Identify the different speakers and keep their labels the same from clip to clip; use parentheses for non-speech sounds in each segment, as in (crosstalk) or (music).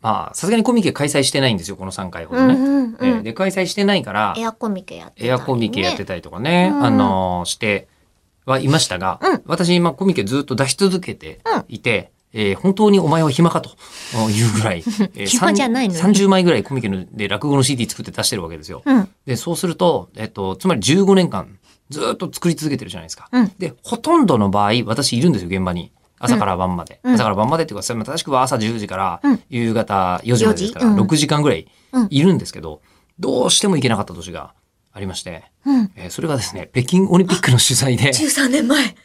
Speaker 1: ああ、さすがにコミケ開催してないんですよ、この3回ほ
Speaker 2: う
Speaker 1: ど
Speaker 2: ん
Speaker 1: ね。
Speaker 2: うんう
Speaker 1: えー
Speaker 2: ん。
Speaker 1: で、開催してないから、
Speaker 2: エアコミケやってたりね
Speaker 1: エアコミケやってたりとかね、
Speaker 2: うん
Speaker 1: あのーしてはいましたが、
Speaker 2: うん
Speaker 1: 私今コミケずっと出し続けて
Speaker 2: うん
Speaker 1: いて、えー本当にお前は暇かというぐら
Speaker 2: (laughs)
Speaker 1: い、えー
Speaker 2: 暇じゃないのに
Speaker 1: さん30枚ぐらいコミケので落語の CD 作って出してるわけですよ。
Speaker 2: うん。
Speaker 1: で、そうすると、えっと、つまり15年間ずっと作り続けてるじゃないですか。
Speaker 2: うん
Speaker 1: で、ほとんどの場合、私いるんですよ、現場に。朝から晩まで。
Speaker 2: うん
Speaker 1: 朝から晩までっていうか、まあ正しくは朝10時から
Speaker 2: うん
Speaker 1: 夕方4時までですから、
Speaker 2: 4時うん
Speaker 1: 6時間ぐらい
Speaker 2: うん
Speaker 1: いるんですけど、どうしても行けなかった年がありまして、
Speaker 2: うん。
Speaker 1: えーそれがですね、北京オリンピックの取材
Speaker 2: (laughs)
Speaker 1: で、
Speaker 2: 13年前。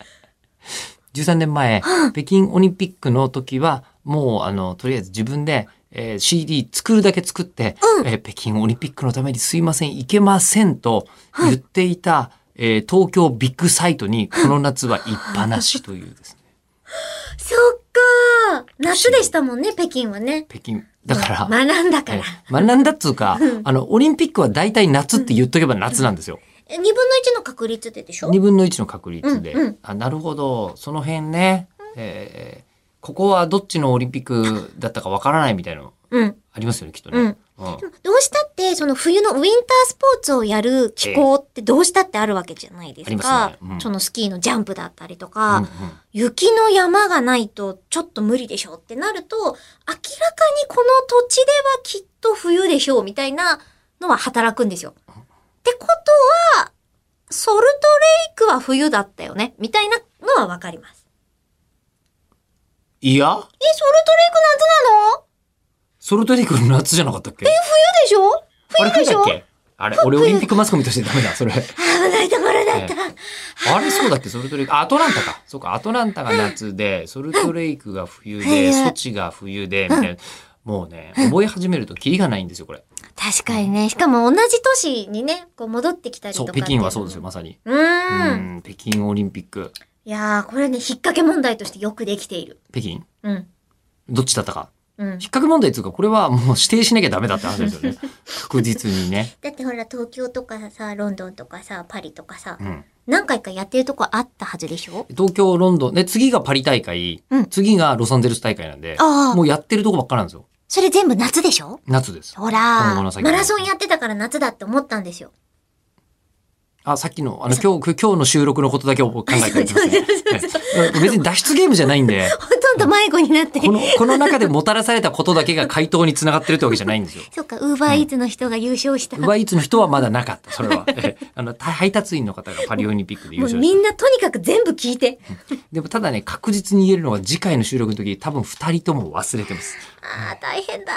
Speaker 1: 13年前、北京オリンピックの時は、もう、あの、とりあえず自分で、えー CD 作るだけ作って、えー北京オリンピックのためにすいません、行けませんと言っていた、えー東京ビッグサイトにこの夏は行っぱなしという
Speaker 2: (laughs)
Speaker 1: ですね。
Speaker 2: そっかー。夏でしたもんね、北京はね。
Speaker 1: 北京。だから、
Speaker 2: 学んだか
Speaker 1: え
Speaker 2: ら。
Speaker 1: ー学んだっつうか、あの、オリンピックは大体夏って言っとけば夏なんですよ。
Speaker 2: え、2分の1の確率ででしょ
Speaker 1: 2分の1の確率で、
Speaker 2: うんうん
Speaker 1: あなるほどその辺ね、えーここはどっちのオリンピックだったかわからないみたいなの
Speaker 2: うん。
Speaker 1: ありますよねきっとね、
Speaker 2: うんでもどうしたって、その冬のウィンタースポーツをやる気候ってどうしたってあるわけじゃないです
Speaker 1: あり
Speaker 2: か
Speaker 1: ま。すねうん
Speaker 2: そのスキーのジャンプだったりと
Speaker 1: うん
Speaker 2: か、
Speaker 1: うん
Speaker 2: 雪の山がないとちょっと無理でしょうってなると、明らかにこの土地ではきっと冬でしょうみたいなのは働くんですよ。ってことは、ソルトレイクは冬だったよねみたいなのはわかります。
Speaker 1: いや
Speaker 2: え、ソルトレイク夏なの
Speaker 1: ソルトレイクの夏じゃなかったっけ
Speaker 2: 冬でしょ
Speaker 1: あれ
Speaker 2: 冬でしょ
Speaker 1: 冬だっけあれ俺オリンピックマスコミとしてダメだそれ
Speaker 2: (laughs) 危ないところだった。
Speaker 1: あれそうだっけソルトレイクあアトランタかそうかアトランタが夏でソルトレイクが冬で
Speaker 2: うん
Speaker 1: ソチが冬でみたいなもうね覚え始めるとキリがないんですよこれ
Speaker 2: 確かにね。しかも同じ都市にね、こう戻ってきたりと
Speaker 1: そう
Speaker 2: かってい
Speaker 1: 北
Speaker 2: の
Speaker 1: 京はそうですよ。まさに
Speaker 2: うー。
Speaker 1: うんん北京オリンピック
Speaker 2: いやー、これね、引っ掛け問題としてよくできている。
Speaker 1: 北京
Speaker 2: うん。
Speaker 1: どっちだったか
Speaker 2: うん。
Speaker 1: 引っ掛け問題っていうか、これはもう指定しなきゃダメだって話ですよ
Speaker 2: (laughs)
Speaker 1: ね。確実にね。
Speaker 2: だってほら、東京とかさ、ロンドンとかさ、パリとかさ、
Speaker 1: うん。
Speaker 2: 何回かやってるとこあったはずでしょ
Speaker 1: 東京、ロンドン、で、次がパリ大会、
Speaker 2: うん
Speaker 1: 次がロサンゼルス大会なんで、
Speaker 2: ああ
Speaker 1: もうやってるとこばっかなんですよ。
Speaker 2: それ全部夏でしょ
Speaker 1: 夏です。
Speaker 2: ほら
Speaker 1: 今後の
Speaker 2: ー、
Speaker 1: 先も
Speaker 2: マラソンやってたから夏だって思ったんですよ。
Speaker 1: あ、さっきの、あの、今日、今日の収録のことだけを考えて
Speaker 2: (laughs)
Speaker 1: いきますね。はい別に脱出ゲームじゃないんで、
Speaker 2: ほとんど迷子になって。
Speaker 1: この、この中でもたらされたことだけが回答につながってるってわけじゃないんです
Speaker 2: (laughs)
Speaker 1: よ。
Speaker 2: そっか、ウーバーイーツの人が優勝した。
Speaker 1: ウバイーツの人はまだなかった、それは。ええあの、配達員の方がパリオリンピックで優
Speaker 2: もう
Speaker 1: 勝
Speaker 2: み
Speaker 1: し
Speaker 2: んなとにかく全部聞いて。
Speaker 1: た。でもただね、確実に言えるのは次回の収録の時、多分二人とも忘れてます。
Speaker 2: あー、大変だ